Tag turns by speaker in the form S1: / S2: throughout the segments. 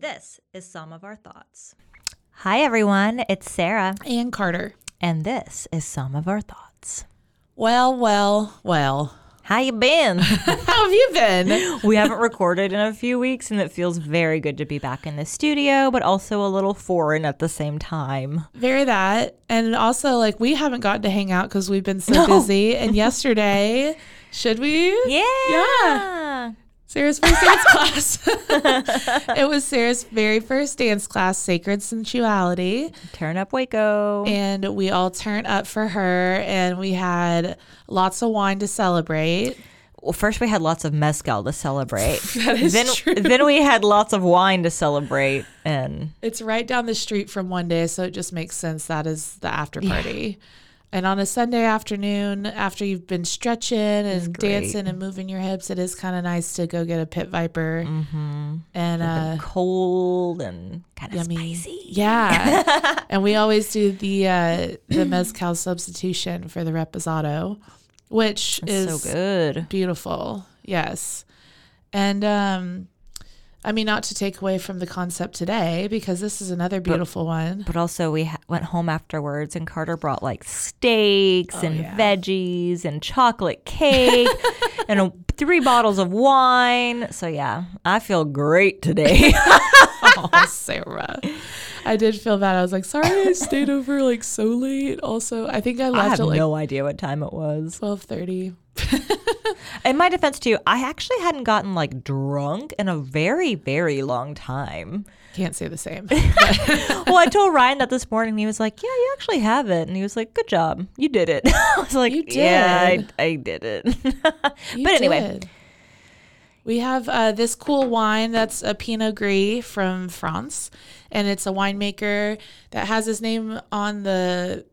S1: This is some of our thoughts.
S2: Hi, everyone. It's Sarah,
S3: Ann Carter.
S2: and this is some of our thoughts.
S3: Well, well, well.
S2: How you been?
S3: How have you been?
S2: we haven't recorded in a few weeks, and it feels very good to be back in the studio, but also a little foreign at the same time.
S3: Very that. And also, like, we haven't gotten to hang out because we've been so busy. And yesterday, should we?
S2: Yeah.
S3: Yeah. Sarah's first dance class. it was Sarah's very first dance class, Sacred Sensuality.
S2: Turn up Waco.
S3: And we all turned up for her, and we had lots of wine to celebrate.
S2: well, first we had lots of mezcal to celebrate.
S3: That is
S2: then,
S3: true.
S2: then we had lots of wine to celebrate, and
S3: It's right down the street from one day, so it just makes sense that is the after party. And on a Sunday afternoon, after you've been stretching and dancing and moving your hips, it is kind of nice to go get a pit viper
S2: Mm-hmm.
S3: and uh,
S2: cold and kind of
S3: yummy.
S2: spicy.
S3: Yeah, and we always do the uh, the mezcal substitution for the reposado, which
S2: So
S3: is
S2: good.
S3: beautiful. Yes, and um, I mean not to take away from the concept today because this is another beautiful one.
S2: But also, we ha- went home afterwards, and Carter brought like steaks and veggies and chocolate cake and a, three bottles of wine. So, yeah, I feel great today.
S3: oh, Sarah. I did feel bad. I was like, sorry I stayed over like so late. Also, I think I
S2: I
S3: left
S2: have
S3: at like
S2: no idea what time it was.
S3: twelve thirty.
S2: In my defense, too, I actually hadn't gotten like drunk in a very, very long time.
S3: Can't say the same.
S2: well, I told Ryan that this morning. and He was like, "Yeah, you actually have it," and he was like, "Good job, you did it." I was like,
S3: You did.
S2: "Yeah, I, I did it."
S3: You
S2: but anyway,
S3: did. We have uh, this cool wine that's a Pinot Gris from France, and it's a winemaker that has his name on the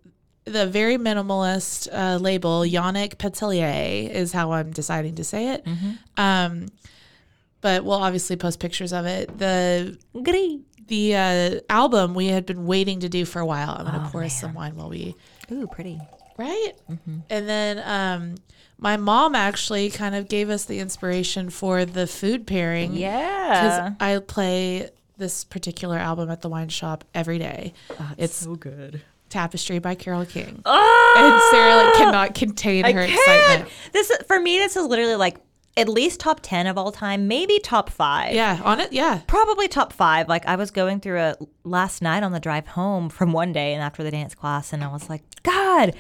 S3: the very minimalist uh, label. Yannick Petillier is how I'm deciding to say it.
S2: Mm-hmm.
S3: Um, but we'll obviously post pictures of it. The
S2: Gris.
S3: the uh, album we had been waiting to do for a while. I'm gonna pour us some wine while we
S2: Ooh, pretty.
S3: right. And then um, my mom actually kind of gave us the inspiration for the food pairing.
S2: Yeah,
S3: because I play this particular album at the wine shop every day.
S2: Uh-huh.
S3: it's so good. Tapestry by Carol King. And Sarah like cannot contain her excitement.
S2: This for me, this is literally like at least top ten of all time, maybe top five.
S3: Yeah, on it. Yeah.
S2: Probably top five. Like I was going through it last night on the drive home from one day and after the dance class, and I was like, God,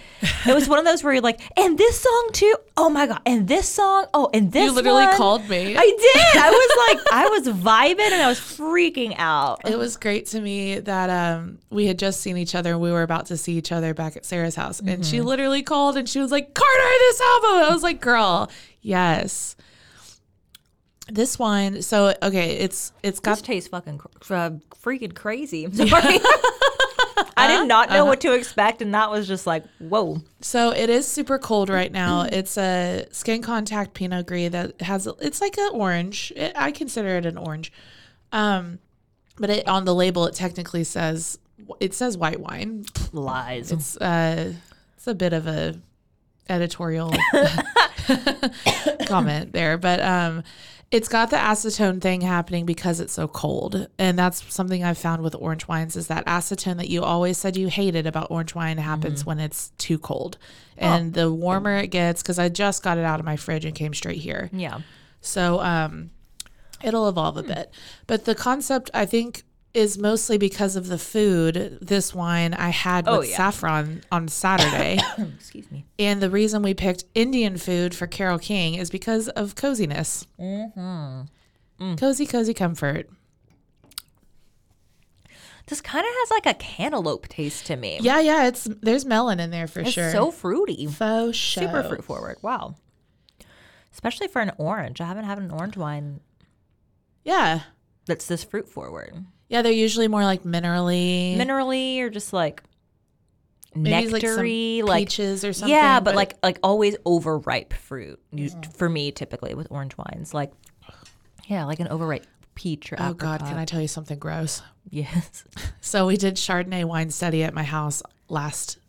S2: it was one of those where you're like, and this song too. Oh my God, and this song. Oh, and this.
S3: You literally
S2: one."
S3: called me.
S2: I did. I was like, I was vibing and I was freaking out.
S3: It was great to me that um, we had just seen each other and we were about to see each other back at Sarah's house. And she literally called and she was like, Carter, this album. I was like, girl, yes. This wine, so okay, it's it's got
S2: This tastes fucking cr- uh, freaking crazy. I'm sorry. Uh-huh. I did not know what to expect, and that was just like, whoa.
S3: so it is super cold right now. It's a skin contact Pinot Gris that has it's like an orange. It, I consider it an orange, um, but it on the label it technically says it says white wine.
S2: Lies.
S3: It's uh, it's a bit of a editorial comment there, but um, it's got the acetone thing happening because it's so cold, and that's something I've found with orange wines is that acetone that you always said you hated about orange wine happens when it's too cold, and the warmer it gets, because I just got it out of my fridge and came straight here,
S2: yeah.
S3: so um, it'll evolve
S2: Hmm.
S3: a bit. But the concept, I think, is mostly because of the food. This wine I had with
S2: Oh, yeah.
S3: saffron on Saturday.
S2: Excuse me.
S3: and the reason we picked Indian food for Carol King is because of coziness.
S2: Mm-hmm. Mm.
S3: Cozy, cozy comfort.
S2: This kind of has like a cantaloupe taste to me.
S3: Yeah, yeah, it's there's melon in there for
S2: it's
S3: sure.
S2: so fruity.
S3: faux show.
S2: Super fruit forward. Wow. Especially for an orange. I haven't had an orange wine
S3: Yeah.
S2: that's this fruit forward.
S3: Yeah, they're usually more like minerally.
S2: Minerally or just like
S3: maybe it's,
S2: nectary,
S3: like, some
S2: like,
S3: peaches or something. Mm-hmm.
S2: yeah, but, like like always overripe fruit you, for me typically with orange wines. Like yeah, like an overripe peach or
S3: oh god, can
S2: apricot.
S3: I tell you something gross?
S2: Yes.
S3: So we did Chardonnay wine study at my house last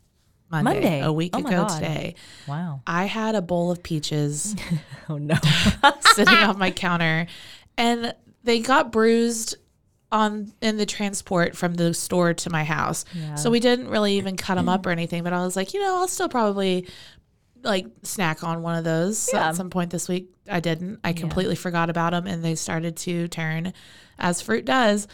S3: Monday,
S2: Monday.
S3: a week
S2: Oh my
S3: ago
S2: God.
S3: today.
S2: Wow.
S3: I had a bowl of peaches
S2: Oh no.
S3: sitting on my counter, and they got bruised on in the transport from the store to my house. So we didn't really even cut them up or anything. But I was like, you know, I'll still probably like snack on one of those at some point this week. I didn't. I completely forgot about them, and they started to turn, as fruit does.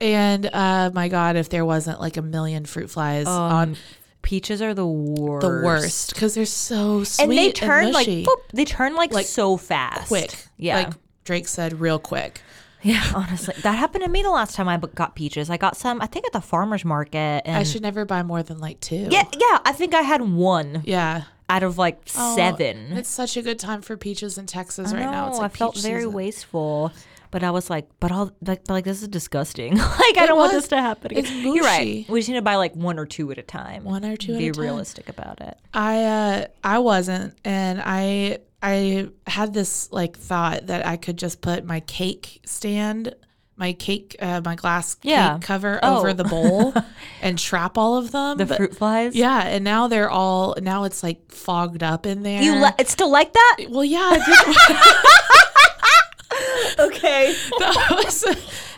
S3: And uh, my God, if there wasn't like a million fruit flies on
S2: Peaches are Oh, the worst.
S3: the worst because they're so sweet
S2: And they turn like
S3: mushy.
S2: boop, they turn like, so fast.
S3: quick.
S2: Yeah.
S3: Like Drake said, real quick.
S2: yeah, honestly. That happened to me the last time I bu- got peaches. I got some I think at the farmers market and
S3: I should never buy more than like two.
S2: Mm. Yeah, yeah, I think I had one
S3: Yeah.
S2: out of like
S3: Oh,
S2: seven.
S3: It's such a good time for peaches in Texas right now. It's
S2: No,
S3: like
S2: I felt
S3: peach
S2: very
S3: season.
S2: wasteful, but I was like, but all like, but like this is disgusting. like I don't want
S3: was.
S2: this to happen again.
S3: It's
S2: You're right.
S3: mushy.
S2: We just need to buy like one or two at a time.
S3: One or two at
S2: Be
S3: a time.
S2: realistic about it.
S3: I uh I wasn't and I I had this like thought that I could just put my cake stand my cake uh, my glass
S2: Yeah.
S3: cake cover
S2: Oh.
S3: over the bowl and trap all of them.
S2: The
S3: but-
S2: fruit flies.
S3: Yeah, and now they're all now it's like fogged up in there.
S2: You li- it's still like that?
S3: Well, yeah, I just-
S2: Okay.
S3: that was a,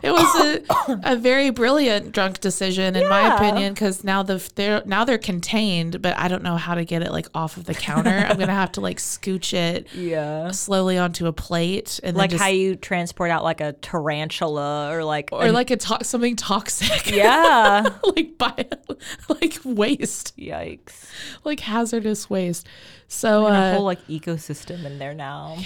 S3: it was a, a very brilliant drunk decision in my
S2: Yeah.
S3: opinion because now the f- they're now they're contained, but I don't know how to get it like off of the counter. I'm gonna have to like scooch it
S2: Yeah.
S3: slowly onto a plate and
S2: Like
S3: then just,
S2: how you transport out like a tarantula or like
S3: or like a to- something toxic.
S2: yeah.
S3: like by like waste,
S2: Yikes.
S3: like hazardous waste. So
S2: a
S3: uh,
S2: whole like ecosystem in there now.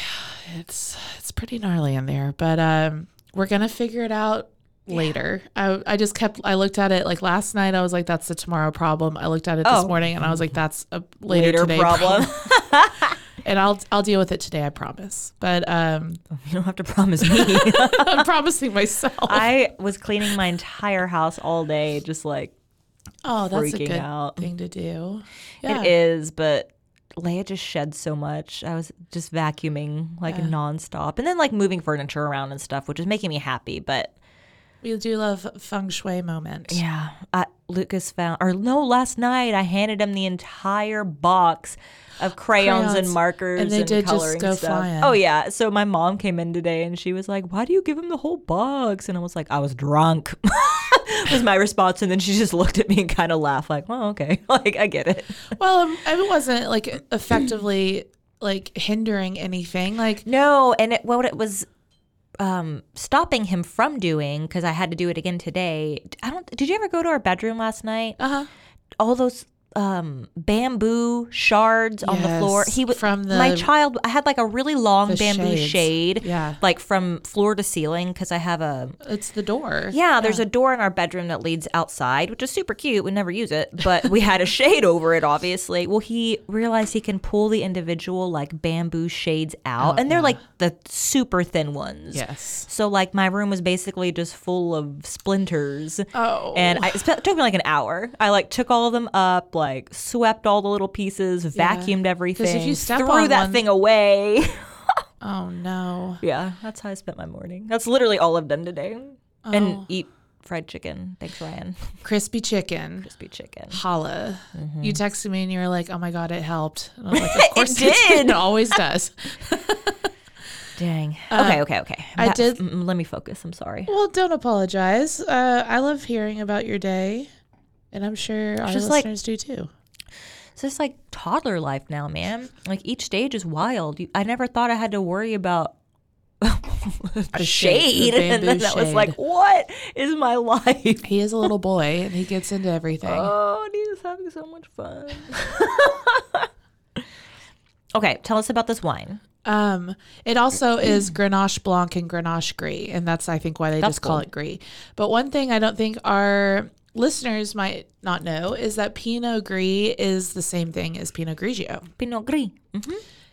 S3: it's it's pretty gnarly in there, but um, we're gonna figure it out later. I I just kept I looked at it like last night. I was like, that's the tomorrow problem. I looked at it this
S2: Oh.
S3: morning and I was like, that's a later, today
S2: problem.
S3: And I'll I'll deal with it today. I promise. But um,
S2: you don't have to promise me.
S3: I'm promising myself.
S2: I was cleaning my entire house all day, just like
S3: oh, that's a
S2: freaking
S3: good
S2: out.
S3: thing to do. Yeah.
S2: It is, but Leia just shed so much. I was just vacuuming like nonstop, and then like moving furniture around and stuff, which is making me happy. But
S3: We do love feng shui moment.
S2: yeah, I, Lucas found or no, last night I handed him the entire box of crayons,
S3: Crayons.
S2: and markers
S3: And they did just
S2: coloring
S3: go
S2: stuff.
S3: flying.
S2: Oh yeah. So my mom came in today and she was like, "Why do you give him the whole box?" And I was like, "I was drunk." was my response, and then she just looked at me and kind of laughed, like, "Oh, okay, like I get it."
S3: Well, um, it wasn't like effectively like hindering anything. Like
S2: No, and it, what it was um, stopping him from doing because I had to do it again today. I don't. Did you ever go to our bedroom last night?
S3: uh huh.
S2: All those um, bamboo shards on the floor.
S3: Yes,
S2: He was
S3: from the-
S2: my child. I had like a really long
S3: The
S2: bamboo
S3: shades.
S2: shade,
S3: Yeah.
S2: like from floor to ceiling because I have a
S3: It's the door.
S2: yeah, there's a door in our bedroom that leads outside, which is super cute. We never use it, but we had a shade over it, obviously. Well, he realized he can pull the individual like bamboo shades out, and they're like the super thin ones.
S3: Oh, Yes.
S2: So like my room was basically just full of splinters.
S3: Oh.
S2: And I, it spe- took me like an hour. I like took all of them up, like swept all the little pieces, vacuumed everything,
S3: if you step
S2: threw
S3: on
S2: that
S3: one-
S2: thing away.
S3: Oh no.
S2: Yeah, that's how I spent my morning. That's literally all I've done today. And eat fried chicken. Thanks, Ryan.
S3: Crispy chicken.
S2: Crispy chicken.
S3: Holla. You texted me and you were like, oh my God, it helped. And I was like, of course Mm-hmm. it,
S2: did.
S3: It always does.
S2: Dang. Um, okay, okay, okay.
S3: I did-
S2: mm, let me focus. I'm sorry.
S3: well, don't apologize. Uh, I love hearing about your day. And I'm sure our
S2: Just like-
S3: listeners do too.
S2: It's just like toddler life now, man. Like each stage is wild. You, I never thought I had to worry about a
S3: shade,
S2: shade.
S3: the
S2: and then
S3: bamboo
S2: that was
S3: shade.
S2: like, what is my life?
S3: He is a little boy and he gets into everything.
S2: Oh, and he's having so much fun. okay, tell us about this wine.
S3: Um, it also is Grenache Blanc and Grenache Gris, and that's I think why they
S2: That's
S3: just call
S2: cool.
S3: it Gris. But one thing I don't think our listeners might not know is that Pinot Gris is the same thing as Pinot Grigio.
S2: Pinot Gris.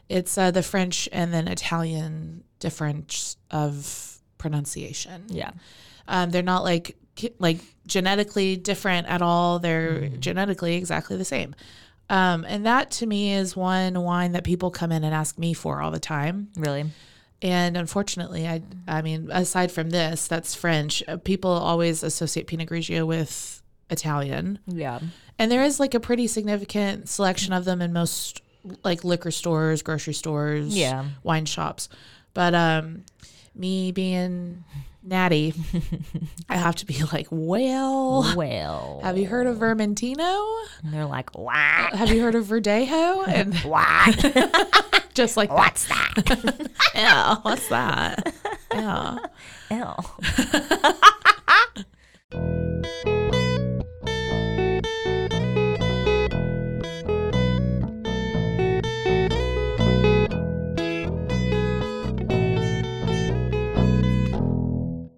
S3: It's uh, the French and then Italian difference of pronunciation.
S2: Yeah.
S3: Um, they're not like ki- like genetically different at all. They're genetically exactly the same. Um, and that to me is one wine that people come in and ask me for all the time.
S2: Really.
S3: And unfortunately, I I mean, aside from this, that's French. Uh, People always associate Pinot Grigio with Italian,
S2: Yeah.
S3: and there is like a pretty significant selection of them in most like liquor stores, grocery stores,
S2: Yeah.
S3: wine shops. But um, me being natty, I have to be like, well,
S2: Well.
S3: have you heard of Vermentino?
S2: And they're like, what?
S3: Have you heard of Verdejo? And
S2: What?
S3: just like,
S2: What's that?
S3: yeah, what's that? Yeah.
S2: Ew.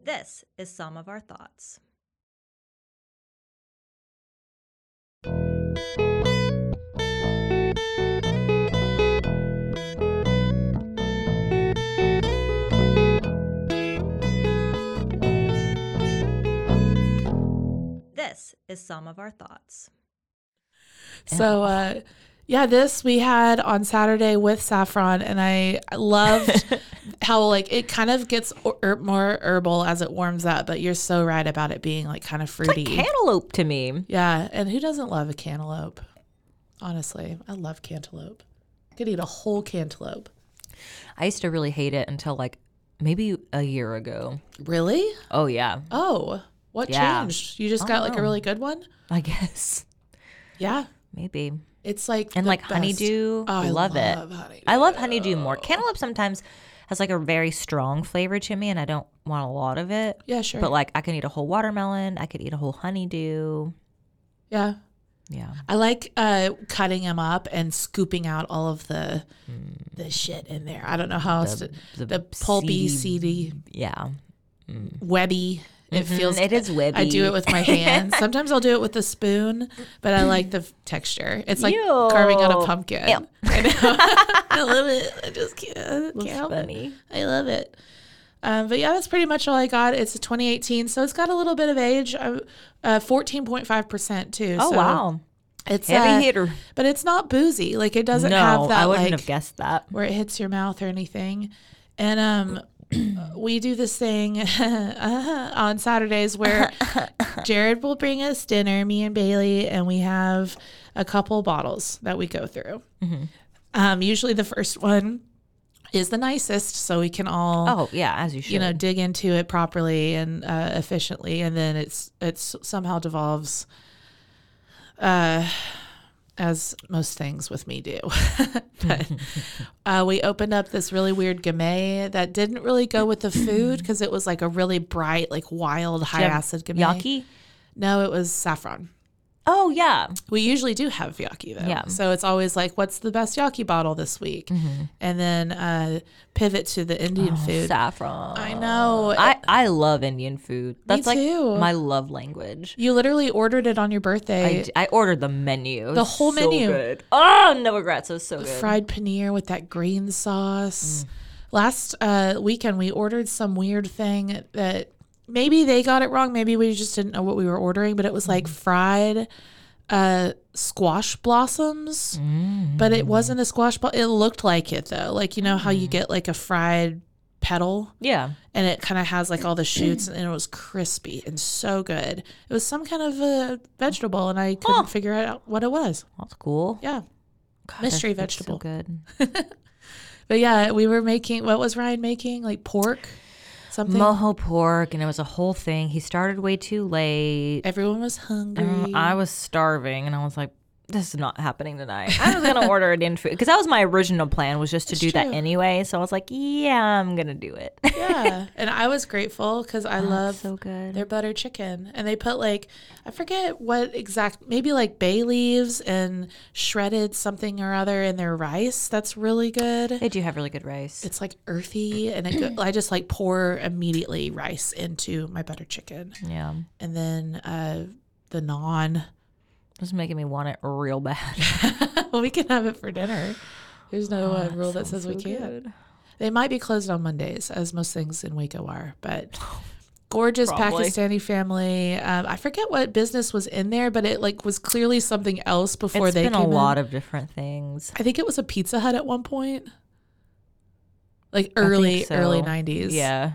S1: This is some of our thoughts. This is some of our thoughts.
S3: So uh yeah, this we had on Saturday with Saffron and I loved how like it kind of gets or- er- more herbal as it warms up, but you're so right about it being like kind of fruity.
S2: Cantaloupe to me.
S3: yeah, and who doesn't love a cantaloupe? Honestly, I love cantaloupe. Could eat a whole cantaloupe.
S2: I used to really hate it until like maybe a year ago.
S3: Really?
S2: Oh, yeah.
S3: Oh, what
S2: Yeah. Oh.
S3: changed? You just got like a really good one?
S2: I guess.
S3: Yeah.
S2: Maybe.
S3: It's like
S2: And
S3: the
S2: like
S3: best.
S2: honeydew.
S3: Oh,
S2: I love, it.
S3: honeydew.
S2: I love honeydew more. Cantaloupe sometimes has like a very strong flavor to me, and I don't want a lot of it.
S3: Yeah, sure.
S2: But like, I can eat a whole watermelon. I could eat a whole honeydew.
S3: yeah.
S2: Yeah.
S3: I like uh, cutting them up and scooping out all of the the shit in there. I don't know how else to,
S2: Hmm. the
S3: the, pulpy,
S2: seedy-
S3: seedy,
S2: Yeah.
S3: webby. It feels
S2: Mm-hmm. it is webby.
S3: I do it with my hands. Sometimes I'll do it with a spoon, but I like the f- texture. It's like
S2: Ew.
S3: carving out a pumpkin.
S2: Ew.
S3: I know. I love it. I just can't, can't help it.
S2: funny.
S3: I love it. Um, but yeah, that's pretty much all I got. It's a 2018, so it's got a little bit of age. Uh, uh, 14.5% too.
S2: Oh
S3: so
S2: wow.
S3: It's
S2: Heavy
S3: uh,
S2: hitter.
S3: but it's not boozy. Like it doesn't
S2: no,
S3: have that
S2: I wouldn't
S3: like
S2: have guessed that.
S3: where it hits your mouth or anything. And um, we do this thing uh-huh, on Saturdays where Jared will bring us dinner, me and Bailey, and we have a couple bottles that we go through.
S2: Mm-hmm.
S3: Um, usually the first one is the nicest, so we can all
S2: Oh yeah, as you should.
S3: you know dig into it properly and uh, efficiently and then it's it's somehow devolves uh as most things with me do but uh, we opened up this really weird gamay that didn't really go with the food because it was like a really bright like wild high
S2: have
S3: acid gamay
S2: yaki.
S3: no it was saffron
S2: Oh yeah.
S3: we usually do have yaki though.
S2: Yeah. Mm-hmm.
S3: So it's always like, what's the best yaki bottle this week? And then uh, pivot to the Indian
S2: Oh,
S3: food.
S2: Saffron.
S3: I know.
S2: I, I love Indian food. That's like
S3: too.
S2: my love language.
S3: You literally ordered it on your
S2: I,
S3: birthday.
S2: d- I ordered the menu. It
S3: The
S2: was
S3: whole
S2: so
S3: menu.
S2: Good. Oh, no regrets. It was so good.
S3: Fried paneer with that green sauce. Last uh, weekend, we ordered some weird thing that maybe they got it wrong. Maybe we just didn't know what we were ordering, but it was like fried uh, squash blossoms,
S2: Mm.
S3: but it wasn't a squash. Blo- it looked like it though. Like, you know how you get like a fried petal?
S2: yeah.
S3: and it kind of has like all the shoots and it was crispy and so good it was some kind of a vegetable and i couldn't figure out what it was
S2: That's cool.
S3: yeah
S2: God,
S3: mystery
S2: that food's
S3: vegetable.
S2: So good.
S3: but yeah we were making what was ryan making like pork something
S2: Moho pork, and it was a whole thing. He started way too late.
S3: everyone was hungry
S2: Oh, Um, I was starving, and I was like, this is not happening tonight. I was gonna order it in food because that was my original plan was just to do that
S3: true.
S2: anyway. So I was like, yeah, I'm gonna do it. Oh,
S3: yeah, and I was grateful because I love
S2: so good.
S3: their butter chicken, and they put like I forget what exact maybe like bay leaves and shredded something or other in their rice. That's really good.
S2: they do have really good rice.
S3: It's like earthy, and it go- I just like pour immediately rice into my butter chicken,
S2: yeah,
S3: and then uh, the naan.
S2: it's making me want it real bad.
S3: we can have it for dinner. There's no
S2: Oh,
S3: uh, rule that says we can't. They might be closed on Mondays, as most things in Waco are, but gorgeous
S2: Oh, Probably.
S3: Pakistani family. Um, I forget what business was in there, but it like was clearly something else before
S2: It's
S3: they
S2: been
S3: came
S2: a lot
S3: in.
S2: of different things.
S3: I think it was a Pizza Hut at one point, like early
S2: so.
S3: early nineties.
S2: Yeah,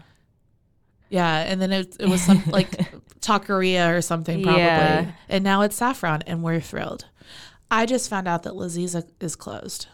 S3: yeah, and then it it was some like taqueria or something probably,
S2: Yeah.
S3: and now it's saffron, and we're thrilled. I just found out that Lizzie's uh, is closed.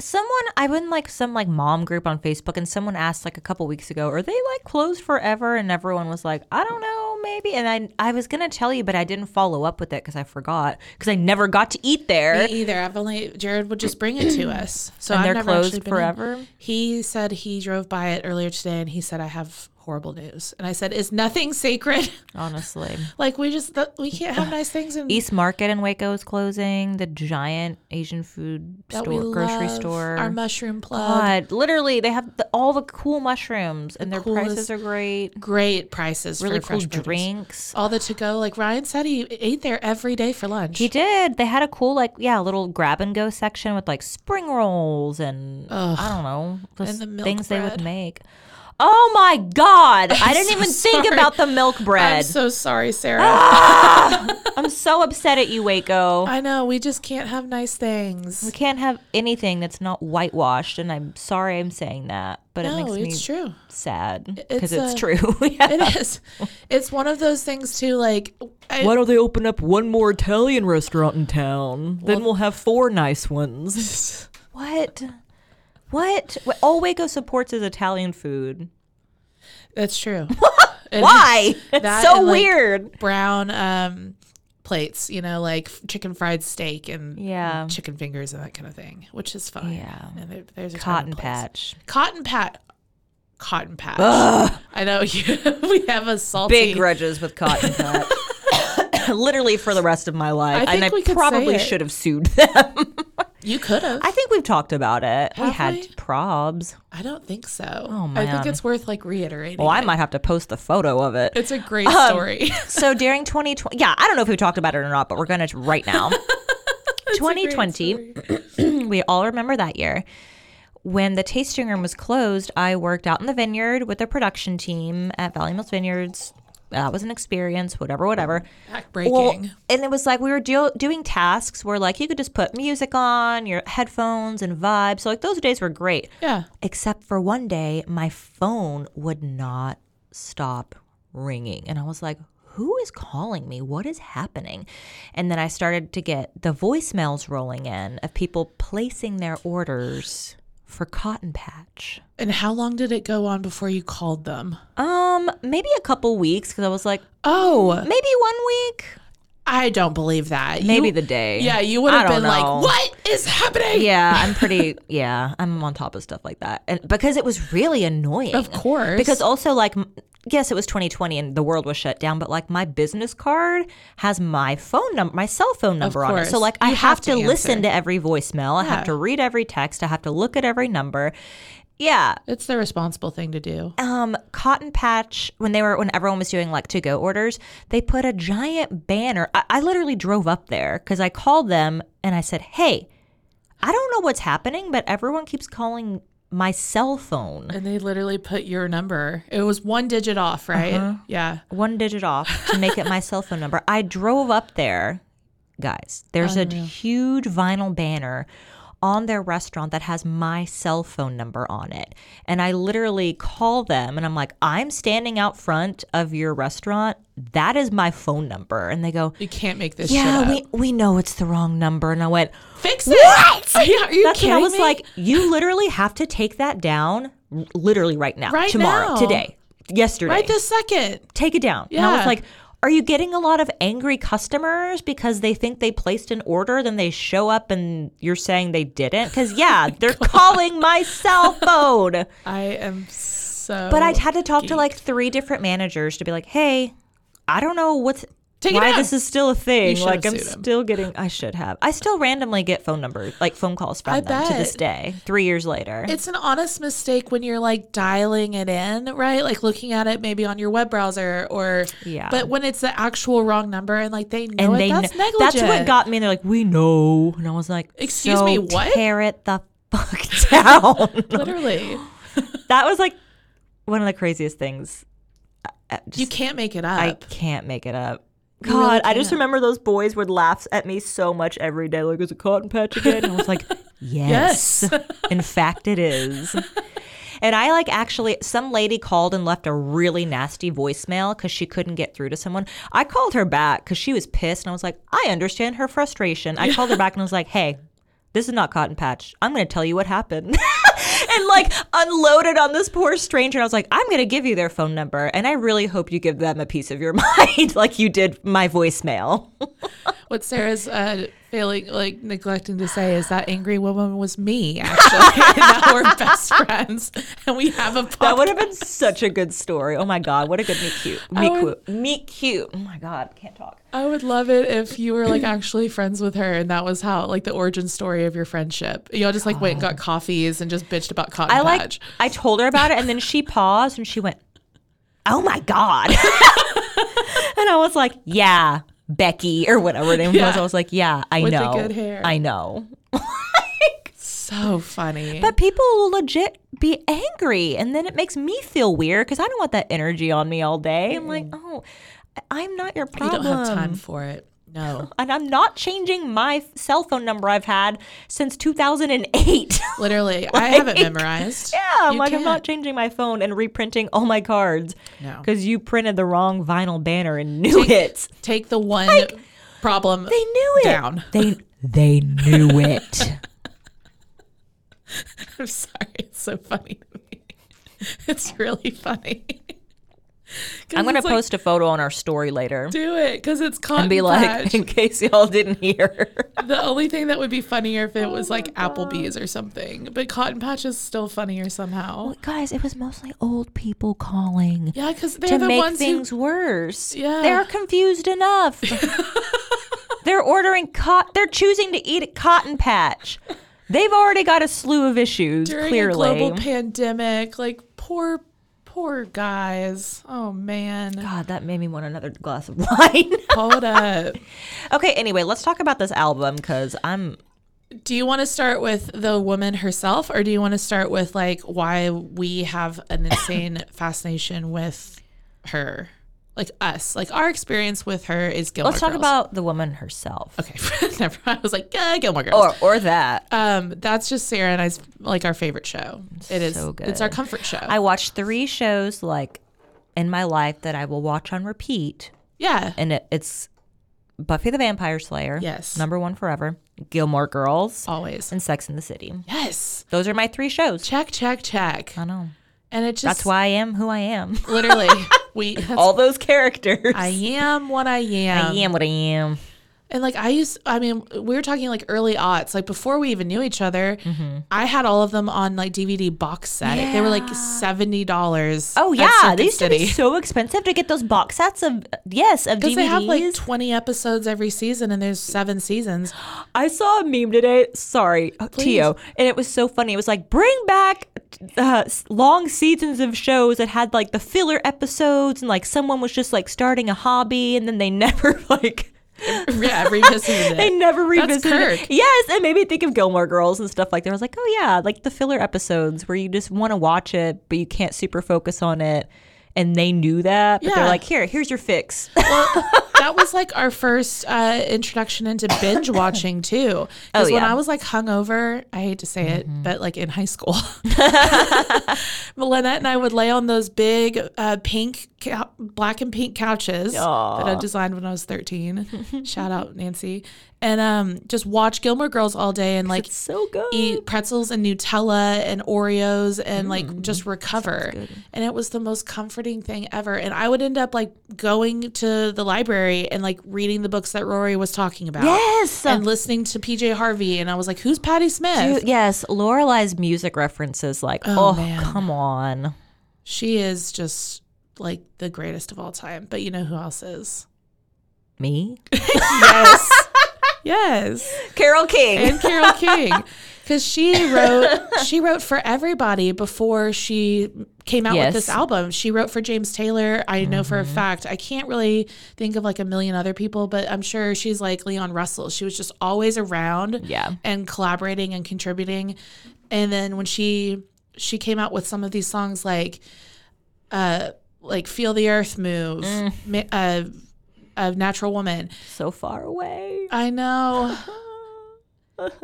S2: someone I went like some like mom group on Facebook, and someone asked like a couple weeks ago, are they like closed forever? And everyone was like, I don't know, maybe. And I I was gonna tell you, but I didn't follow up with it because I forgot because I never got to eat there.
S3: Me either. I've only Jared would just bring it to us. So
S2: And
S3: I've
S2: they're
S3: never
S2: closed
S3: actually been in.
S2: forever?
S3: He said he drove by it earlier today, and he said I have horrible news. And I said, "Is nothing sacred?
S2: Honestly,
S3: like we just th- we can't have nice things in
S2: East Market in Waco is closing. The giant Asian food
S3: that
S2: store,
S3: we
S2: grocery
S3: love,
S2: store.
S3: Our mushroom plug,
S2: God, literally, they have the, all the cool mushrooms, and their prices
S3: coolest-
S2: are great.
S3: great prices,
S2: Really
S3: for
S2: cool
S3: fresh produce.
S2: drinks.
S3: All the to go, like Ryan said, he ate there every day for lunch.
S2: He did. They had a cool, like, yeah, little grab and go section with like spring rolls and I don't know, just
S3: the milk
S2: things they would
S3: bread.
S2: make. Oh my God. I didn't even think
S3: sorry.
S2: about the milk bread. Ah!
S3: I'm so sorry, Sarah.
S2: upset at you, Waco.
S3: I know we just can't have nice
S2: we
S3: things.
S2: can't have anything that's not whitewashed, and I'm sorry I'm saying that, but it
S3: No,
S2: makes me
S3: it's true.
S2: sad
S3: it's
S2: because it's,
S3: a-
S2: true. Yeah.
S3: It is. It's one of those things too. Like I,
S4: Why don't they open up one more Italian restaurant in town? then we'll have four nice ones.
S2: what? What? Wa- All Waco supports is Italian food.
S3: That's true.
S2: Why? It's
S3: That
S2: so
S3: and, like,
S2: weird.
S3: Brown um, plates, you know, like f- chicken fried steak and
S2: Yeah.
S3: chicken fingers and that kind of thing, which is fine.
S2: Yeah.
S3: And there, there's a time
S2: Cotton
S3: and place.
S2: patch.
S3: Cotton pat. Cotton patch. I know you, we have a salty.
S2: big grudges with Cotton Cut. Literally for the rest of my life,
S3: I
S2: and
S3: think we
S2: I
S3: could
S2: probably
S3: say it.
S2: should have sued them.
S3: You could have.
S2: I think we've talked about it. we
S3: Have
S2: had
S3: we?
S2: probs.
S3: I don't think so.
S2: Oh,
S3: I
S2: man.
S3: think it's worth like reiterating.
S2: Well, I
S3: it.
S2: might have to post the photo of it.
S3: It's a great
S2: Um,
S3: story.
S2: so during 2020, yeah, I don't know if we talked about it or not, but we're gonna right now. 2020, we all remember that year. When the tasting room was closed, I worked out in the vineyard with the production team at Valley Mills Vineyards. That was an experience, whatever, whatever.
S3: Backbreaking.
S2: and it was like we were do- doing tasks where like you could just put music on, your headphones and vibes. So like those days were great.
S3: yeah.
S2: Except for one day my phone would not stop ringing and I was like who is calling me? What is happening? And then I started to get the voicemails rolling in of people placing their orders for Cotton Patch.
S3: And how long did it go on before you called them?
S2: Um, maybe a couple weeks because I was like,
S3: Oh,
S2: maybe one week,
S3: I don't believe that. You-
S2: maybe the day.
S3: Yeah, you would
S2: I
S3: have
S2: don't
S3: been like,
S2: know.
S3: what is happening?
S2: Yeah, I'm pretty. Yeah, I'm on top of stuff like that, and because it was really annoying.
S3: Of course.
S2: Because also, like, m- yes, it was 2020 and the world was shut down, but like my business card has my phone number, my cell phone number on it. So
S3: course.
S2: like, I
S3: You
S2: have,
S3: have
S2: to,
S3: to
S2: listen
S3: answer.
S2: to every voicemail. I have to read every text. I have to look at every number. Yeah.
S3: It's the responsible thing to do.
S2: Um, Cotton Patch, when they were when everyone was doing like to go orders, they put a giant banner. I, I literally drove up there because I called them and I said, "Hey, I don't know what's happening, but everyone keeps calling my cell phone
S3: And they literally put your number. It was one digit off,
S2: Uh-huh.
S3: right? Yeah.
S2: one digit off to make it my cell phone number." I drove up there, guys. There's a huge vinyl banner on their restaurant that has my cell phone number on it. And I literally call them and I'm like, I'm standing out front of your restaurant. That is my phone number. And they go,
S3: You can't make this shit
S2: Yeah,
S3: up.
S2: we, we know it's the wrong number. And I went,
S3: Fix it. What? Are you, are you
S2: That's when
S3: kidding
S2: I was
S3: me?
S2: like, You literally have to take that down r- literally right now,
S3: Right
S2: tomorrow,
S3: now.
S2: today, yesterday.
S3: right this second.
S2: take it down. And I was
S3: Yeah.
S2: like, Are you getting a lot of angry customers because they think they placed an order, then they show up and you're saying they didn't? Because,
S3: Oh
S2: yeah, they're calling my cell phone.
S3: I am so.
S2: But I had to talk to like three different managers to be like, hey, I don't know what's
S3: Take it
S2: why
S3: down.
S2: this is still a thing.
S3: You should
S2: Like
S3: have
S2: I'm
S3: sued 'em.
S2: still getting. I should have. I still randomly get phone numbers, like phone calls from
S3: I
S2: them to this
S3: bet.
S2: day, three years later.
S3: It's an honest mistake when you're like dialing it in, right? Like looking at it maybe on your web browser or
S2: Yeah.
S3: But when it's the actual wrong number and like they know
S2: and
S3: it,
S2: they
S3: that's
S2: kn-
S3: negligent.
S2: that's what got me. They're like, we know, and I was like,
S3: Excuse
S2: "So
S3: me, what?"
S2: Tear it the fuck down.
S3: literally.
S2: that was like one of the craziest things. I, I just-
S3: You can't make it
S2: I
S3: up.
S2: can't make it up. God,
S3: really
S2: I just
S3: Uh, can't.
S2: remember those boys would laugh at me so much every day. Like, is it cotton patch again? And I was like, yes. In fact, it is. And I like actually, some lady called and left a really nasty voicemail because she couldn't get through to someone. I called her back because she was pissed. And I was like, I understand her frustration. I called her back and I was like, hey, this is not Cotton Patch. I'm going to tell you what happened. and like unloaded on this poor stranger. I was like, I'm going to give you their phone number. And I really hope you give them a piece of your mind like you did my voicemail.
S3: what Sarah's uh, failing, like neglecting to say, is that angry woman was me actually. and now we're best friends, and we have a podcast.
S2: That would have been such a good story. Oh my God. What a good meet cute. Meet
S3: would-
S2: cute. Meet cute. Oh my God. Can't talk.
S3: I would love it if you were like actually friends with her, and that was how like the origin story of your friendship. Y'all just like went and got coffees and just bitched about cotton
S2: I like,
S3: patch.
S2: I told her about it and then she paused and she went, Oh my God. and I was like, Yeah, Becky or whatever her name was.
S3: Yeah.
S2: I was like, Yeah, I
S3: With the
S2: know.
S3: good hair.
S2: I know.
S3: So funny.
S2: But people will legit be angry, and then it makes me feel weird because I don't want that energy on me all day. I'm like, oh, I- I'm not your
S3: you
S2: problem.
S3: don't have time for it. No,
S2: And I'm not changing my f- cell phone number I've had since 2008.
S3: literally, I have it memorized.
S2: yeah, I'm
S3: You
S2: like, I'm
S3: can't.
S2: not changing my phone and reprinting all my cards
S3: No.
S2: because you printed the wrong vinyl banner and knew it.
S3: Take the one problem.
S2: They knew it.
S3: Down.
S2: They they knew it.
S3: I'm sorry, it's so funny to me. It's really funny. 'Cause
S2: I'm gonna
S3: it's like,
S2: post a photo on our story later
S3: do it because it's cotton
S2: and be like, in
S3: patch.
S2: case y'all didn't hear.
S3: the only thing that would be funnier if it was
S2: Oh
S3: like Applebee's or something, but cotton patch is still funnier somehow.
S2: But guys, it was mostly old people calling
S3: Yeah, because they're
S2: to
S3: the
S2: make
S3: ones
S2: things
S3: who.
S2: worse.
S3: Yeah.
S2: They're confused enough. they're ordering cotton, they're choosing to eat at Cotton Patch. They've already got a slew of issues,
S3: during a
S2: clearly.
S3: global pandemic. Like poor, poor guys. Oh man,
S2: God, that made me want another glass of wine.
S3: hold up.
S2: okay, anyway, let's talk about this album because I'm.
S3: Do you want to start with the woman herself, or do you want to start with like why we have an insane fascination with her, like us, like our experience with her is Gilmore.
S2: Let's talk
S3: Girls.
S2: about the woman herself.
S3: Oh Okay, never. mind. I was like, yeah, Gilmore Girls.
S2: Or, or that.
S3: um, that's just Sarah and I's like our favorite show. It is.
S2: so
S3: It's our
S2: good.
S3: comfort show.
S2: I watched three shows like in my life that I will watch on repeat
S3: yeah.
S2: and it, it's Buffy the Vampire Slayer.
S3: Yes.
S2: Number one forever. Gilmore Girls
S3: Always.
S2: and Sex in the City.
S3: Yes.
S2: Those are my three shows.
S3: Check, check, check.
S2: I know.
S3: And it just
S2: That's why I am who I am.
S3: Literally, we. that's-
S2: All those characters.
S3: I am what I am.
S2: I am what I am.
S3: And like I used, I mean, we were talking like early aughts, like before we even knew each other.
S2: Mm-hmm.
S3: I had all of them on like DVD box set. They were like seventy dollars.
S2: Oh yeah, they used to be so expensive to get those box sets of yes of DVDs.
S3: Because they have like twenty episodes every season, and there's seven seasons.
S2: I saw a meme today. Sorry, uh, Tio, and it was so funny. It was like bring back uh, s- long seasons of shows that had like the filler episodes, and like someone was just like starting a hobby, and then they never like
S3: yeah, revisited
S2: they
S3: it.
S2: never revisited. it.
S3: Kirk.
S2: Yes, and maybe think of Gilmore Girls and stuff like that. I was like, oh yeah, like the filler episodes where you just want to watch it, but you can't super focus on it. And they knew that, but they're
S3: Yeah.
S2: like, here, here's your fix.
S3: Well, that was like our first uh, introduction into binge watching too. Because
S2: Oh,
S3: when
S2: yeah.
S3: I was like hungover, I hate to say it, but like in high school, Lynette and I would lay on those big uh, pink, cou- black and pink couches that I designed when I was thirteen. Shout out Nancy, and um, just watch Gilmore Girls all day and like
S2: so good.
S3: eat pretzels and Nutella and Oreos and
S2: Mm.
S3: like just recover. And it was the most comforting thing ever. And I would end up like going to the library and like reading the books that Rory was talking about.
S2: Yes.
S3: And listening to PJ Harvey. And I was like, who's Patty Smith?
S2: Dude, yes, Lorelai's music references like, oh,
S3: man.
S2: come on.
S3: She is just like the greatest of all time. But you know who else is?
S2: Me?
S3: Yes. yes.
S2: Carol King.
S3: and Carol King because she wrote she wrote for everybody before she came out
S2: Yes. Mm-hmm.
S3: with this album. She wrote for James Taylor. I know for a fact. I can't really think of like a million other people, but I'm sure she's like Leon Russell. She was just always around
S2: Yeah.
S3: and collaborating and contributing. And then when she she came out with some of these songs like uh like Feel the Earth Move,
S2: Mm.
S3: ma- uh, uh, Natural Woman.
S2: So far away.
S3: I know.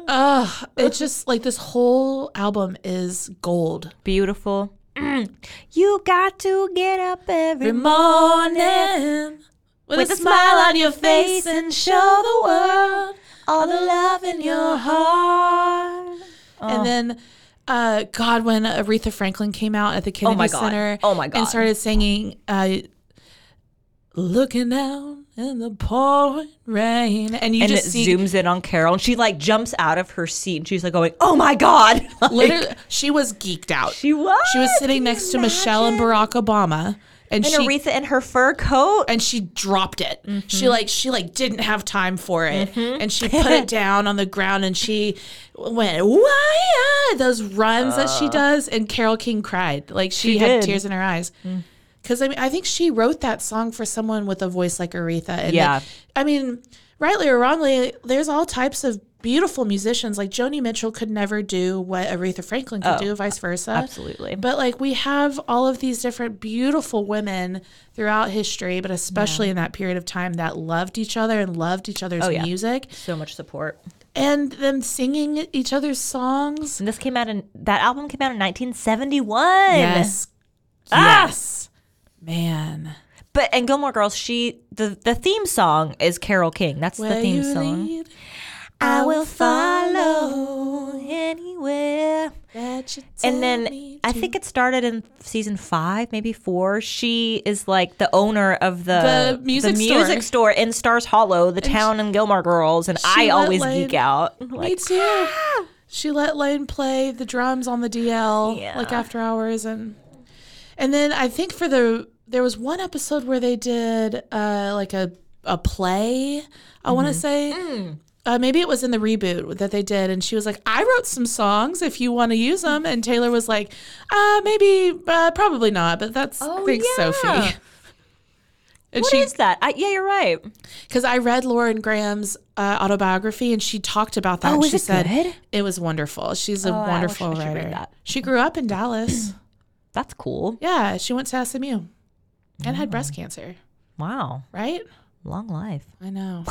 S3: Ugh, it's just like this whole album is gold.
S2: Beautiful. Mm. You got to get up every
S3: morning, with,
S2: a smile on your face and show the world all the love in your
S3: Ah.
S2: heart.
S3: And then, uh, God, when Aretha Franklin came out at the Kennedy
S2: my God.
S3: Center,
S2: Oh my God.
S3: and started singing, uh, "Looking out in the pouring rain," and you
S2: and it
S3: just see
S2: zooms in on Carol, and she like jumps out of her seat, and she's like going, "Oh my god!" Like,
S3: literally, she was geeked out.
S2: she was.
S3: She was sitting next to Michelle and Barack Obama, and,
S2: and
S3: she
S2: Aretha in her fur coat.
S3: and she dropped it.
S2: Mm-hmm.
S3: She like she like didn't have time for it, and she put it down on the ground and she went why uh, those runs that she does, and Carol King cried like she, had
S2: Uh. did. Mm.
S3: tears in her eyes. Because I mean, I think she wrote that song for someone with a voice like Aretha. And
S2: Yeah.
S3: it- I mean, rightly or wrongly, there's all types of beautiful musicians. Like Joni Mitchell could never do what Aretha Franklin could do, vice versa.
S2: Oh, absolutely.
S3: But like we have all of these different beautiful women throughout history, but especially in that period of time that loved each other and loved each other's
S2: Oh, yeah.
S3: music
S2: so much support.
S3: and them singing each other's songs.
S2: And this came out in that album came out in 1971.
S3: Yes.
S2: Ah!
S3: Yes. Man.
S2: But in Gilmore Girls, she the the theme song is Carol King. That's the
S3: Where
S2: theme
S3: you
S2: song.
S3: lead,
S2: I will follow anywhere.
S3: that you tell
S2: And then
S3: me
S2: I
S3: to.
S2: think it started in season five, maybe four. She is like the owner of the
S3: The music store.
S2: music store in Stars Hollow, the town in Gilmore Girls, and I
S3: let
S2: always
S3: Lane-
S2: geek out.
S3: Me
S2: Like,
S3: too. "Ah!" She let Lane play the drums on the DL,
S2: Yeah.
S3: like after hours, and and then I think for the there was one episode where they did uh, like a a play. I want
S2: Mm-hmm.
S3: to say.
S2: Mm.
S3: Uh, maybe it was in the reboot that they did, and she was like, "I wrote some songs if you want to use them." And Taylor was like, uh, "Maybe, uh, probably not, but that's thanks,
S2: Oh, yeah.
S3: Sophie." And
S2: what
S3: she
S2: is that? I, yeah, you're right.
S3: because I read Lauren Graham's uh, autobiography and she talked about that.
S2: Oh,
S3: and
S2: is
S3: she
S2: it
S3: said
S2: good? Oh,
S3: it was wonderful. She's a
S2: I wish I
S3: wonderful
S2: should read
S3: writer.
S2: that. Mm.
S3: She grew up in Dallas.
S2: That's cool.
S3: yeah, she went to SMU and had
S2: Oh.
S3: breast cancer.
S2: Wow,
S3: Right?
S2: long life.
S3: I know.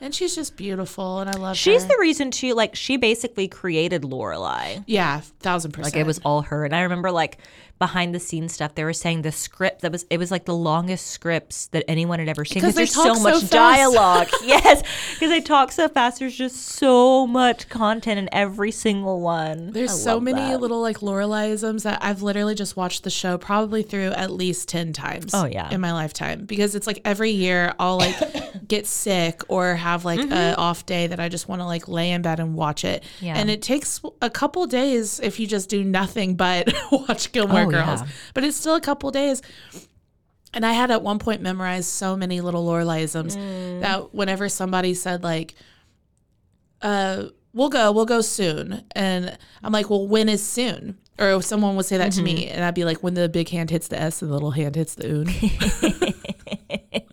S3: and she's just beautiful, and I love
S2: She's
S3: her.
S2: the reason too. Like, she basically created Lorelai.
S3: yeah, thousand percent.
S2: Like it was all her. And I remember like behind the scenes stuff, they were saying the script that was it was like the longest scripts that anyone had ever seen
S3: Because they
S2: there's so
S3: talk so
S2: much
S3: fast.
S2: dialogue. yes, because they talk so fast. There's just so much content in every single one.
S3: There's
S2: I
S3: so
S2: love
S3: many
S2: that.
S3: little like Lorelaiisms that I've literally just watched the show probably through at least ten times.
S2: Oh, yeah.
S3: in my lifetime because it's like every year I'll like get sick or have like a off day that I just want to like lay in bed and watch it.
S2: Mm-hmm. Yeah.
S3: and it takes a couple days if you just do nothing but watch Gilmore
S2: Oh,
S3: Girls,
S2: yeah.
S3: but it's still a couple days. And I had at one point memorized so many little Lorelaiisms
S2: Mm.
S3: that whenever somebody said like, uh, "We'll go, we'll go soon," and I'm like, "Well, when is soon?" Or someone would say that to me,
S2: Mm-hmm.
S3: and I'd be like, "When the big hand hits the S and the little hand hits the oon."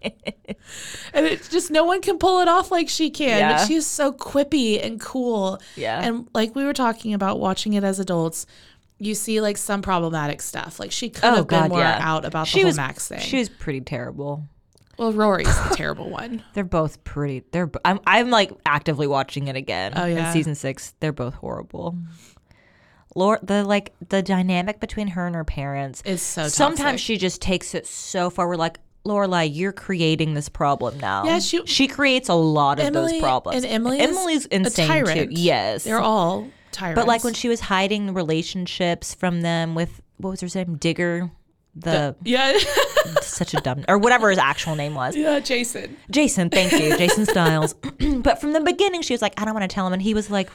S3: and it's just no one can pull it off like she can.
S2: Yeah.
S3: But she's so quippy and cool.
S2: Yeah.
S3: And like we were talking about watching it as adults. You see, like some problematic stuff. Like she could
S2: Oh,
S3: have been
S2: God,
S3: more
S2: yeah.
S3: out about
S2: She
S3: the whole
S2: was-
S3: Max thing.
S2: She was pretty terrible.
S3: Well, Rory's the terrible one.
S2: They're both pretty. They're bo- I'm I'm like actively watching it again.
S3: Oh, yeah.
S2: in season six, they're both horrible. Lord, the like the dynamic between her and her parents
S3: It's so
S2: Sometimes
S3: toxic.
S2: she just takes it so far. We're like, Lorelai, you're creating this problem now.
S3: Yeah, she-
S2: she creates a lot of those problems.
S3: And Emily is
S2: Emily's insane
S3: a tyrant.
S2: too. Yes,
S3: They're all tyrants.
S2: but like when she was hiding the relationships from them with what was her name, Digger, the,
S3: Yeah.
S2: such a dumb or whatever his actual name was.
S3: yeah, Jason.
S2: Jason, thank you, Jason Styles. but from the beginning, she was like, I don't want to tell him, and he was like,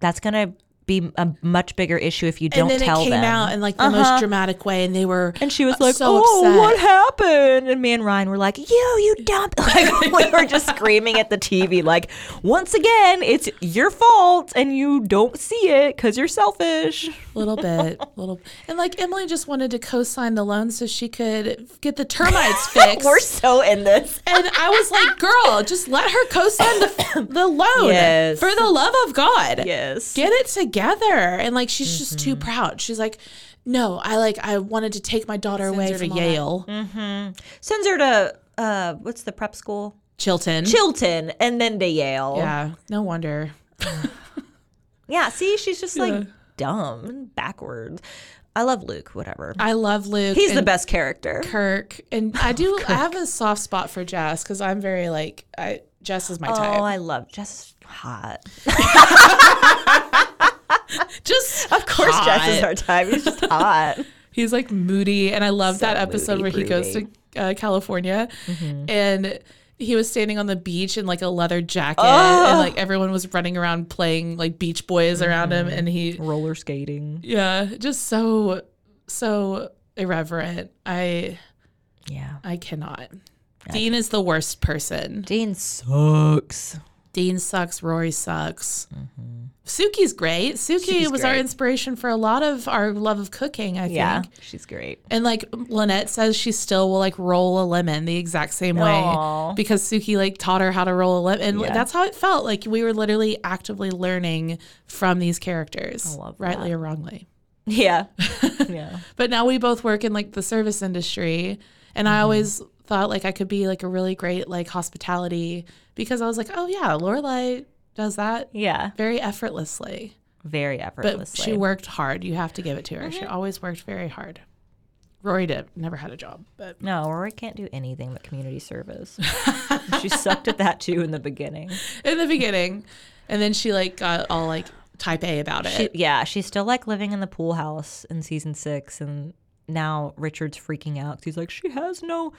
S2: That's gonna be a much bigger issue if you don't
S3: and then
S2: tell
S3: it came
S2: them. Uh-huh.
S3: out in like the most dramatic way and they were
S2: and she was
S3: uh,
S2: like,
S3: so
S2: "Oh,
S3: upset.
S2: what happened?" And me and Ryan were like, "You, you dumb!" Like we were just screaming at the TV, like, "Once again, it's your fault, and you don't see it because you're selfish."
S3: little bit, little, and like Emily just wanted to co-sign the loan so she could get the termites fixed.
S2: We're so in this.
S3: and I was like, "Girl, just let her co-sign the the loan
S2: Yes.
S3: for the love of God.
S2: Yes. Mm-hmm.
S3: Get it together." And like, she's just too proud. She's like, "No, I like I wanted to take my daughter away from Yale,
S2: Sends her to uh, what's the prep school?
S3: Chilton."
S2: Chilton, and then to Yale.
S3: yeah, no wonder.
S2: Yeah, see, she's just like dumb and backwards. I love Luke, whatever.
S3: I love Luke.
S2: He's the
S3: and
S2: best character.
S3: Kirk, and I do. I have a soft spot for Jess because I'm very like I. Jess is my
S2: Oh,
S3: type.
S2: I love Jess. is Hot.
S3: Just
S2: Of course, Jess is our time. He's just hot.
S3: He's like moody, and I love that episode where
S2: moody,
S3: he goes to uh, California,
S2: Mm-hmm.
S3: and he was standing on the beach in like a leather jacket, and like everyone was running around playing like Beach Boys around him,
S2: Mm-hmm.
S3: and he,
S4: Roller skating.
S3: yeah, just so so irreverent. I
S2: Yeah.
S3: I cannot. Dean is the worst person.
S2: Dean sucks.
S3: Dean sucks. Rory sucks.
S2: Mm-hmm.
S3: Suki's great. Suki was our inspiration for a lot of our love of cooking. I
S2: Yeah.
S3: think.
S2: She's great.
S3: And like Lynette says, she still will like roll a lemon the exact same way
S2: Aw.
S3: because Suki like taught her how to roll a lemon. And that's how it felt. Like we were literally actively learning from these characters,
S2: love
S3: rightly or wrongly.
S2: Yeah. yeah.
S3: But now we both work in like the service industry. And
S2: Mm-hmm.
S3: I always thought like I could be like a really great like hospitality because I was like, oh yeah, Lorelai does that
S2: Yeah.
S3: very effortlessly.
S2: Very
S3: But
S2: effortlessly.
S3: she worked hard. You have to give it to her. She
S2: Uh-huh.
S3: always worked very hard. Rory did, never had a job, but.
S2: no, Rory can't do anything but community service. she sucked at that too in the beginning.
S3: in the beginning, and then she like got all like type A about it.
S2: She, yeah, she's still like living in the pool house in season six, and now Richard's freaking out 'cause he's like, she has no,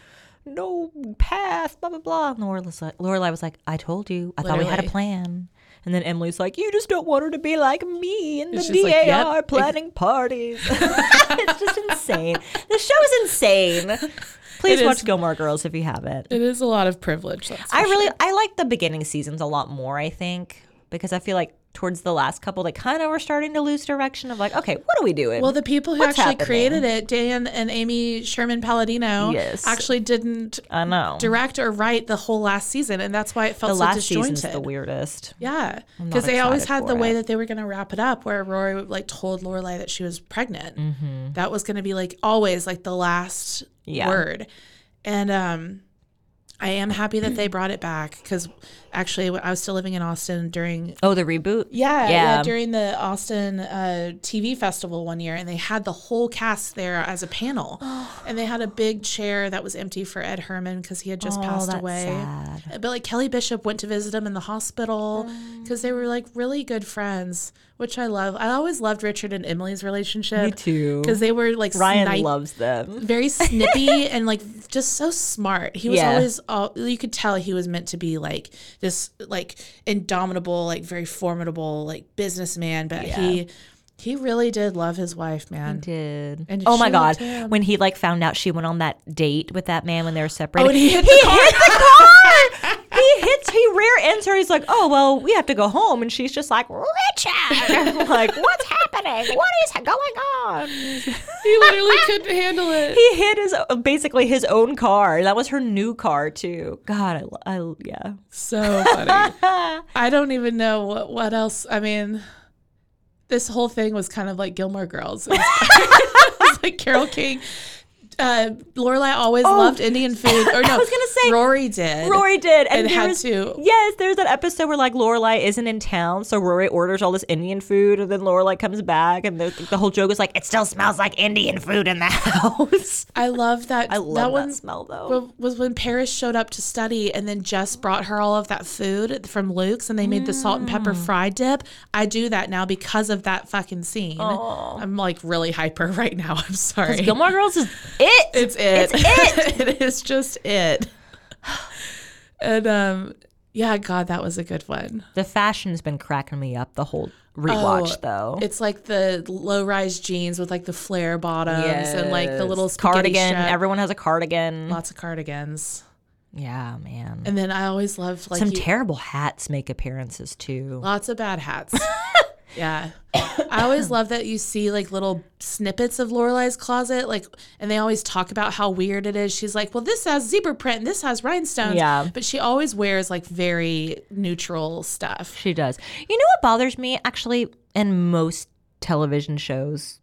S2: no path, blah blah blah. And Lorelai's like, Lorelai was like, I told you, I thought we had a
S3: Literally.
S2: plan. And then Emily's like, you just don't want her to be like me in the
S3: she's like,
S2: DAR
S3: yep, ex-
S2: planning parties. it's just insane. The show is insane. Please
S3: It
S2: watch
S3: is.
S2: Gilmore Girls if you haven't.
S3: it is a lot of privilege. That's
S2: I really I like the beginning seasons a lot more, I think, because I feel like towards the last couple they kind of were starting to lose direction of like, okay, what are we doing?
S3: well, the people who
S2: What's
S3: actually
S2: happening?
S3: created it, Dan and Amy Sherman Palladino,
S2: Yes.
S3: actually didn't
S2: I know.
S3: direct or write the whole last season, and that's why it felt
S2: The
S3: so
S2: last
S3: disjointed.
S2: season's the weirdest.
S3: yeah,
S2: not
S3: because they always
S2: excited
S3: had the
S2: for
S3: way
S2: it.
S3: that they were going to wrap it up, where Rory like told Lorelai that she was pregnant. That was going to be like always like the last
S2: Mm-hmm. Yeah.
S3: word, and um, I am happy that they brought it back because actually I was still living in Austin during
S2: Oh, the reboot?
S3: Yeah, yeah.
S2: Yeah.
S3: during the Austin uh, TV festival one year, and they had the whole cast there as a panel,
S2: Oh.
S3: and they had a big chair that was empty for Ed Herman because he had just
S2: Oh,
S3: passed
S2: that's
S3: away. Uh,
S2: sad.
S3: But like Kelly Bishop went to visit him in the hospital
S2: Oh.
S3: because they were like really good friends, which I love. I always loved Richard and Emily's relationship. Me
S4: too.
S3: because they were like
S2: Ryan
S3: snipe-
S4: Loves them.
S3: very snippy and like just so smart. He was
S2: Yeah.
S3: always all you could tell he was meant to be like this like indomitable, like very formidable like businessman, but he he really did love his wife, man.
S2: Did.
S3: And
S2: oh my
S3: she loved
S2: god.
S3: him.
S2: When he like found out she went on that date with that man when they were separated.
S3: Oh, and he hit the car.
S2: hit the car! he hits he rear ends her, he's like, Oh well, we have to go home and she's just like, Richard like, what's happening? What is going on?
S3: He literally couldn't handle it.
S2: he hid his basically his own car. That was her new car too. God, I, lo- I lo- yeah.
S3: So funny. I don't even know what what else. I mean, this whole thing was kind of like Gilmore Girls. It was, it was like Carol King uh, Lorelai always loved Indian food. Or no,
S2: Oh. was gonna say-
S3: Rory did.
S2: Rory did, and,
S3: And
S2: there
S3: had
S2: was-
S3: to.
S2: Yes, there's that episode where like Lorelai isn't in town, so Rory orders all this Indian food, and then Lorelai comes back, and the, the whole joke is like, it still smells like Indian food in the house.
S3: I love that.
S2: I love that,
S3: that one.
S2: smell though.
S3: wa- Was when Paris showed up to study, and then Jess brought her all of that food from Luke's, and they made the salt and pepper fried dip. I do that now because of that fucking scene. I'm like really hyper right now. I'm sorry.
S2: Gilmore Girls is it.
S3: It's it. It's it. it is just it. And um, yeah, God, that was a good one.
S2: the fashion's been cracking me up the whole rewatch though.
S3: It's like the low-rise jeans with like the flare bottoms and like the little spaghetti
S2: cardigan.
S3: strap.
S2: Everyone has a cardigan.
S3: lots of cardigans.
S2: Yeah, man.
S3: And then I always loved like
S2: Some
S3: you-
S2: terrible hats make appearances too.
S3: lots of bad hats. yeah. I always love that you see like little snippets of Lorelai's closet, like, and they always talk about how weird it is. She's like, "Well, this has zebra print, and this has rhinestones."
S2: Yeah.
S3: but she always wears like very neutral stuff.
S2: She does. You know what bothers me actually in most television shows,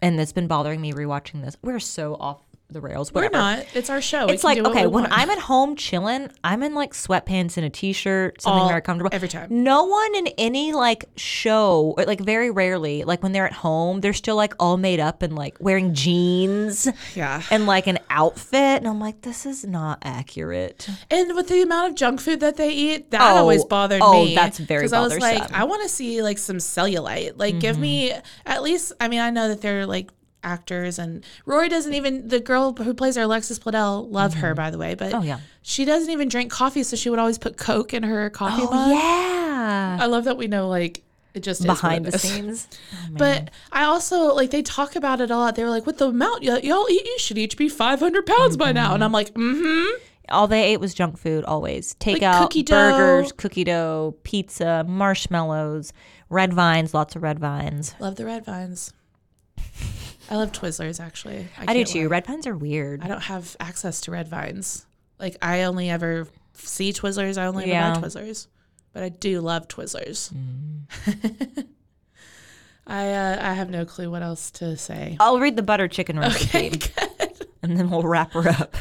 S2: and that's been bothering me rewatching this. We're so off the rails. Whatever.
S3: We're not. It's our show. We
S2: It's
S3: can
S2: like
S3: do what
S2: okay,
S3: we
S2: when
S3: want.
S2: I'm at home chilling, I'm in like sweatpants and a t-shirt, something
S3: All-
S2: very comfortable.
S3: every time.
S2: no one in any like show, or, like very rarely, like when they're at home, they're still like all made up and like wearing jeans
S3: yeah,
S2: and like an outfit, and I'm like, this is not accurate.
S3: and with the amount of junk food that they eat, that always
S2: Oh,
S3: bothered
S2: oh,
S3: me.
S2: that's very
S3: I was like,
S2: bothersome. Mm-hmm.
S3: I want to see like some cellulite. Like, give me at least. I mean, I know that they're like actors, and Rory doesn't even. The girl who plays her, Alexis Bledel, love her by the way, but oh
S2: Mm-hmm. yeah.
S3: she doesn't even drink coffee, so she would always put Coke in her coffee
S2: Oh,
S3: mug.
S2: Yeah,
S3: I love that we know like it just is what
S2: behind
S3: it
S2: the
S3: is.
S2: scenes. Oh,
S3: But I also like they talk about it a lot. They were like, "With the amount y- y'all eat, you should each be five hundred pounds by now." And I'm like, "Mm-hmm."
S2: all they ate was junk food always takeout
S3: cookie dough.
S2: burgers cookie dough pizza marshmallows red vines lots of red vines
S3: Love the red vines. I love Twizzlers actually.
S2: i, do
S3: can't
S2: too
S3: lie.
S2: red vines are weird
S3: I don't have access to red vines. Like I only ever see Twizzlers. I only
S2: Yeah.
S3: ever buy Twizzlers. But I do love Twizzlers. I uh, I have no clue what else to say.
S2: i'll read the butter chicken recipe and then we'll wrap her up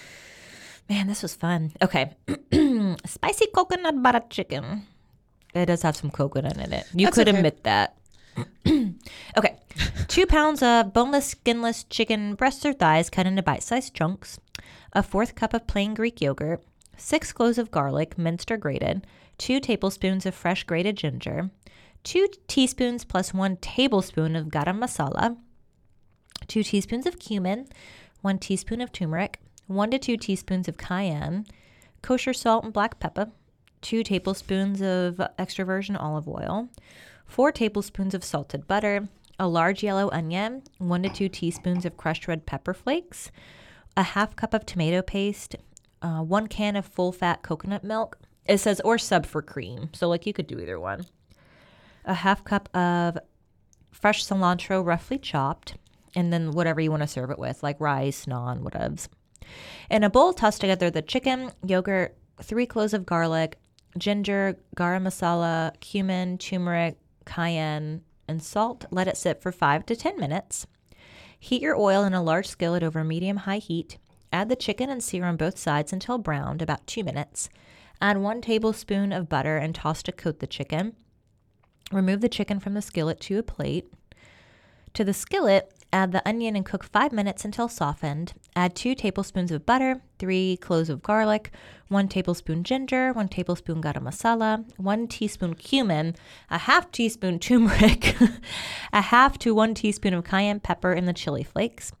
S2: man this was fun okay spicy coconut butter chicken it does have some coconut in it you
S3: That's
S2: could
S3: okay.
S2: admit that Okay. Two pounds of boneless, skinless chicken breasts or thighs cut into bite sized chunks, a fourth cup of plain Greek yogurt, six cloves of garlic, minced or grated, two tablespoons of fresh grated ginger, two teaspoons plus one tablespoon of garam masala, two teaspoons of cumin, one teaspoon of turmeric, one to two teaspoons of cayenne, kosher salt and black pepper, two tablespoons of extra virgin olive oil, four tablespoons of salted butter, a large yellow onion, one to two teaspoons of crushed red pepper flakes, a half cup of tomato paste, uh, one can of full fat coconut milk. It says or sub for cream, so like you could do either one. A half cup of fresh cilantro, roughly chopped, and then whatever you want to serve it with, like rice, naan, whatevs. In a bowl, toss together the chicken, yogurt, three cloves of garlic, ginger, garam masala, cumin, turmeric, cayenne, and salt. Let it sit for five to 10 minutes. Heat your oil in a large skillet over medium high heat. Add the chicken and sear on both sides until browned, about two minutes. Add one tablespoon of butter and toss to coat the chicken. Remove the chicken from the skillet to a plate. To the skillet, add the onion and cook five minutes until softened. Add two tablespoons of butter, three cloves of garlic, one tablespoon ginger, one tablespoon garam masala, one teaspoon cumin, a half teaspoon turmeric, a half to one teaspoon of cayenne pepper, and the chili flakes.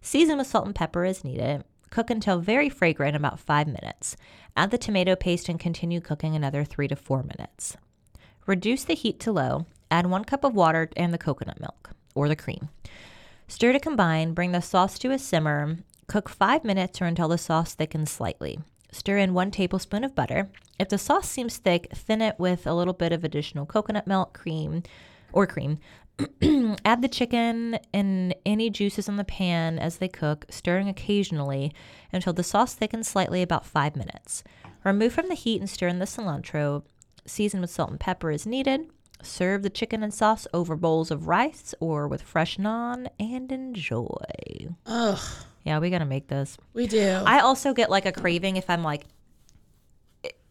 S2: Season with salt and pepper as needed. Cook until very fragrant, about five minutes. Add the tomato paste and continue cooking another three to four minutes. Reduce the heat to low, add one cup of water and the coconut milk or the cream. Stir to combine, bring the sauce to a simmer, cook five minutes or until the sauce thickens slightly. Stir in one tablespoon of butter. If the sauce seems thick, thin it with a little bit of additional coconut milk, cream, or cream. add the chicken and any juices on the pan as they cook, stirring occasionally until the sauce thickens slightly about five minutes. Remove from the heat and stir in the cilantro. Season with salt and pepper as needed. Serve the chicken and sauce over bowls of rice or with fresh naan and enjoy.
S3: Ugh,
S2: Yeah, we gotta make this.
S3: we do.
S2: I also get like a craving if I'm like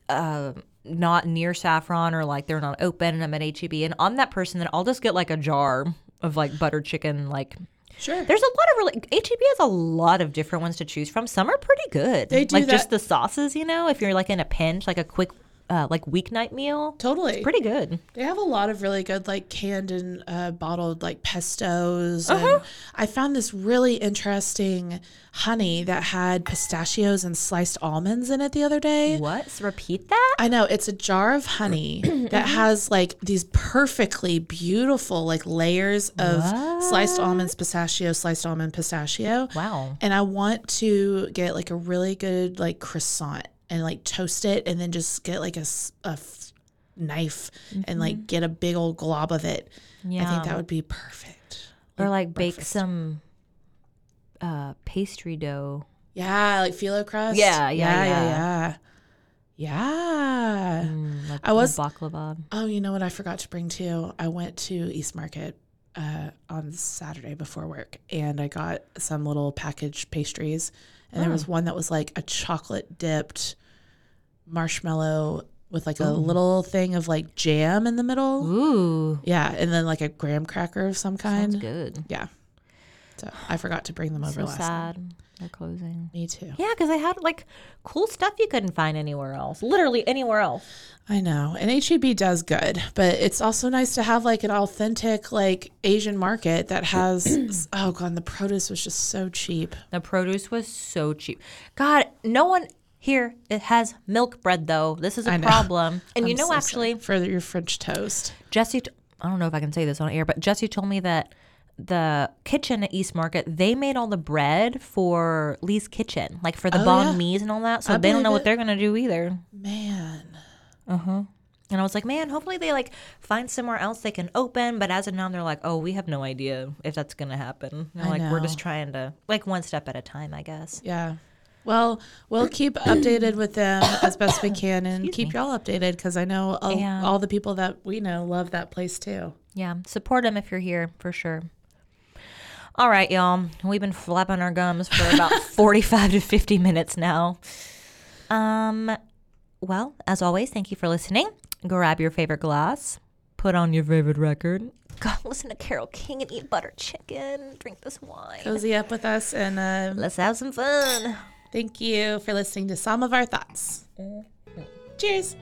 S2: uh, not near Saffron or like they're not open and I'm at HEB and I'm that person that I'll just get like a jar of like butter chicken. Like
S3: sure.
S2: there's a lot of really HEB has a lot of different ones to choose from. Some are pretty good.
S3: They do
S2: like just the
S3: that-
S2: sauces, you know. If you're like in a pinch, like a quick uh, like weeknight meal,
S3: Totally.
S2: pretty good.
S3: They have a lot of really good, like canned and uh, bottled, like pestos. And I found this really interesting honey that had pistachios and sliced almonds in it the other day.
S2: What? So repeat that?
S3: I know it's a jar of honey that has like these perfectly beautiful like layers of sliced almonds, pistachio, sliced almond, pistachio.
S2: Wow.
S3: And I want to get like a really good like croissant and like toast it and then just get like a, s- a f- knife and like get a big old glob of it. I
S2: Mm-hmm. Yeah.
S3: think that would be perfect.
S2: Or like bake some uh, pastry dough.
S3: Yeah, like phyllo crust.
S2: Yeah, yeah,
S3: yeah, yeah. Yeah. Yeah.
S2: Mm, Like
S3: I was
S2: baklava.
S3: Oh, you know what I forgot to bring too? I went to East Market uh, on Saturday before work and I got some little packaged pastries. And there
S2: Oh.
S3: was one that was like a chocolate dipped marshmallow with like a little thing of like jam in the middle.
S2: Oh. Ooh,
S3: Yeah. And then like a graham cracker of some kind.
S2: sounds good.
S3: Yeah. So I forgot to bring them over
S2: So
S3: last night.
S2: sad. They're closing.
S3: Me too.
S2: Yeah, because they had like cool stuff you couldn't find anywhere else. Literally anywhere else.
S3: I know. And HEB does good, but it's also nice to have like an authentic like Asian market that has oh god, and the produce was just so cheap.
S2: The produce was so cheap. God, no one here it has milk bread though. This is a
S3: know.
S2: problem. And you
S3: I'm
S2: know,
S3: so
S2: actually,
S3: sorry for your French toast.
S2: Jesse, t- I don't know if I can say this on air, but Jesse told me that the kitchen at East Market, they made all the bread for Lee's kitchen, like for the banh mi's and all that. So they don't
S3: Oh, believe
S2: know
S3: it.
S2: what they're gonna do either.
S3: Man.
S2: And I was like, man, hopefully they like find somewhere else they can open. But as of now, they're like, oh, we have no idea if that's gonna happen. And
S3: I
S2: like we're just
S3: know.
S2: trying to like one step at a time, I guess.
S3: Yeah. Well, we'll keep updated with them as best we can and keep y'all updated because I know all,
S2: Yeah.
S3: all the people that we know love that place too.
S2: Yeah, support them if you're here for sure. All right, y'all. We've been flapping our gums for about 45 to 50 minutes now. Um, well, as always, thank you for listening. Grab your favorite glass, put on your favorite record. Go listen to Carol King and eat butter chicken, drink this wine.
S3: Cozy up with us and uh,
S2: Let's have some fun. Mm-hmm.
S3: thank you for listening to Some of Our Thoughts. Cheers.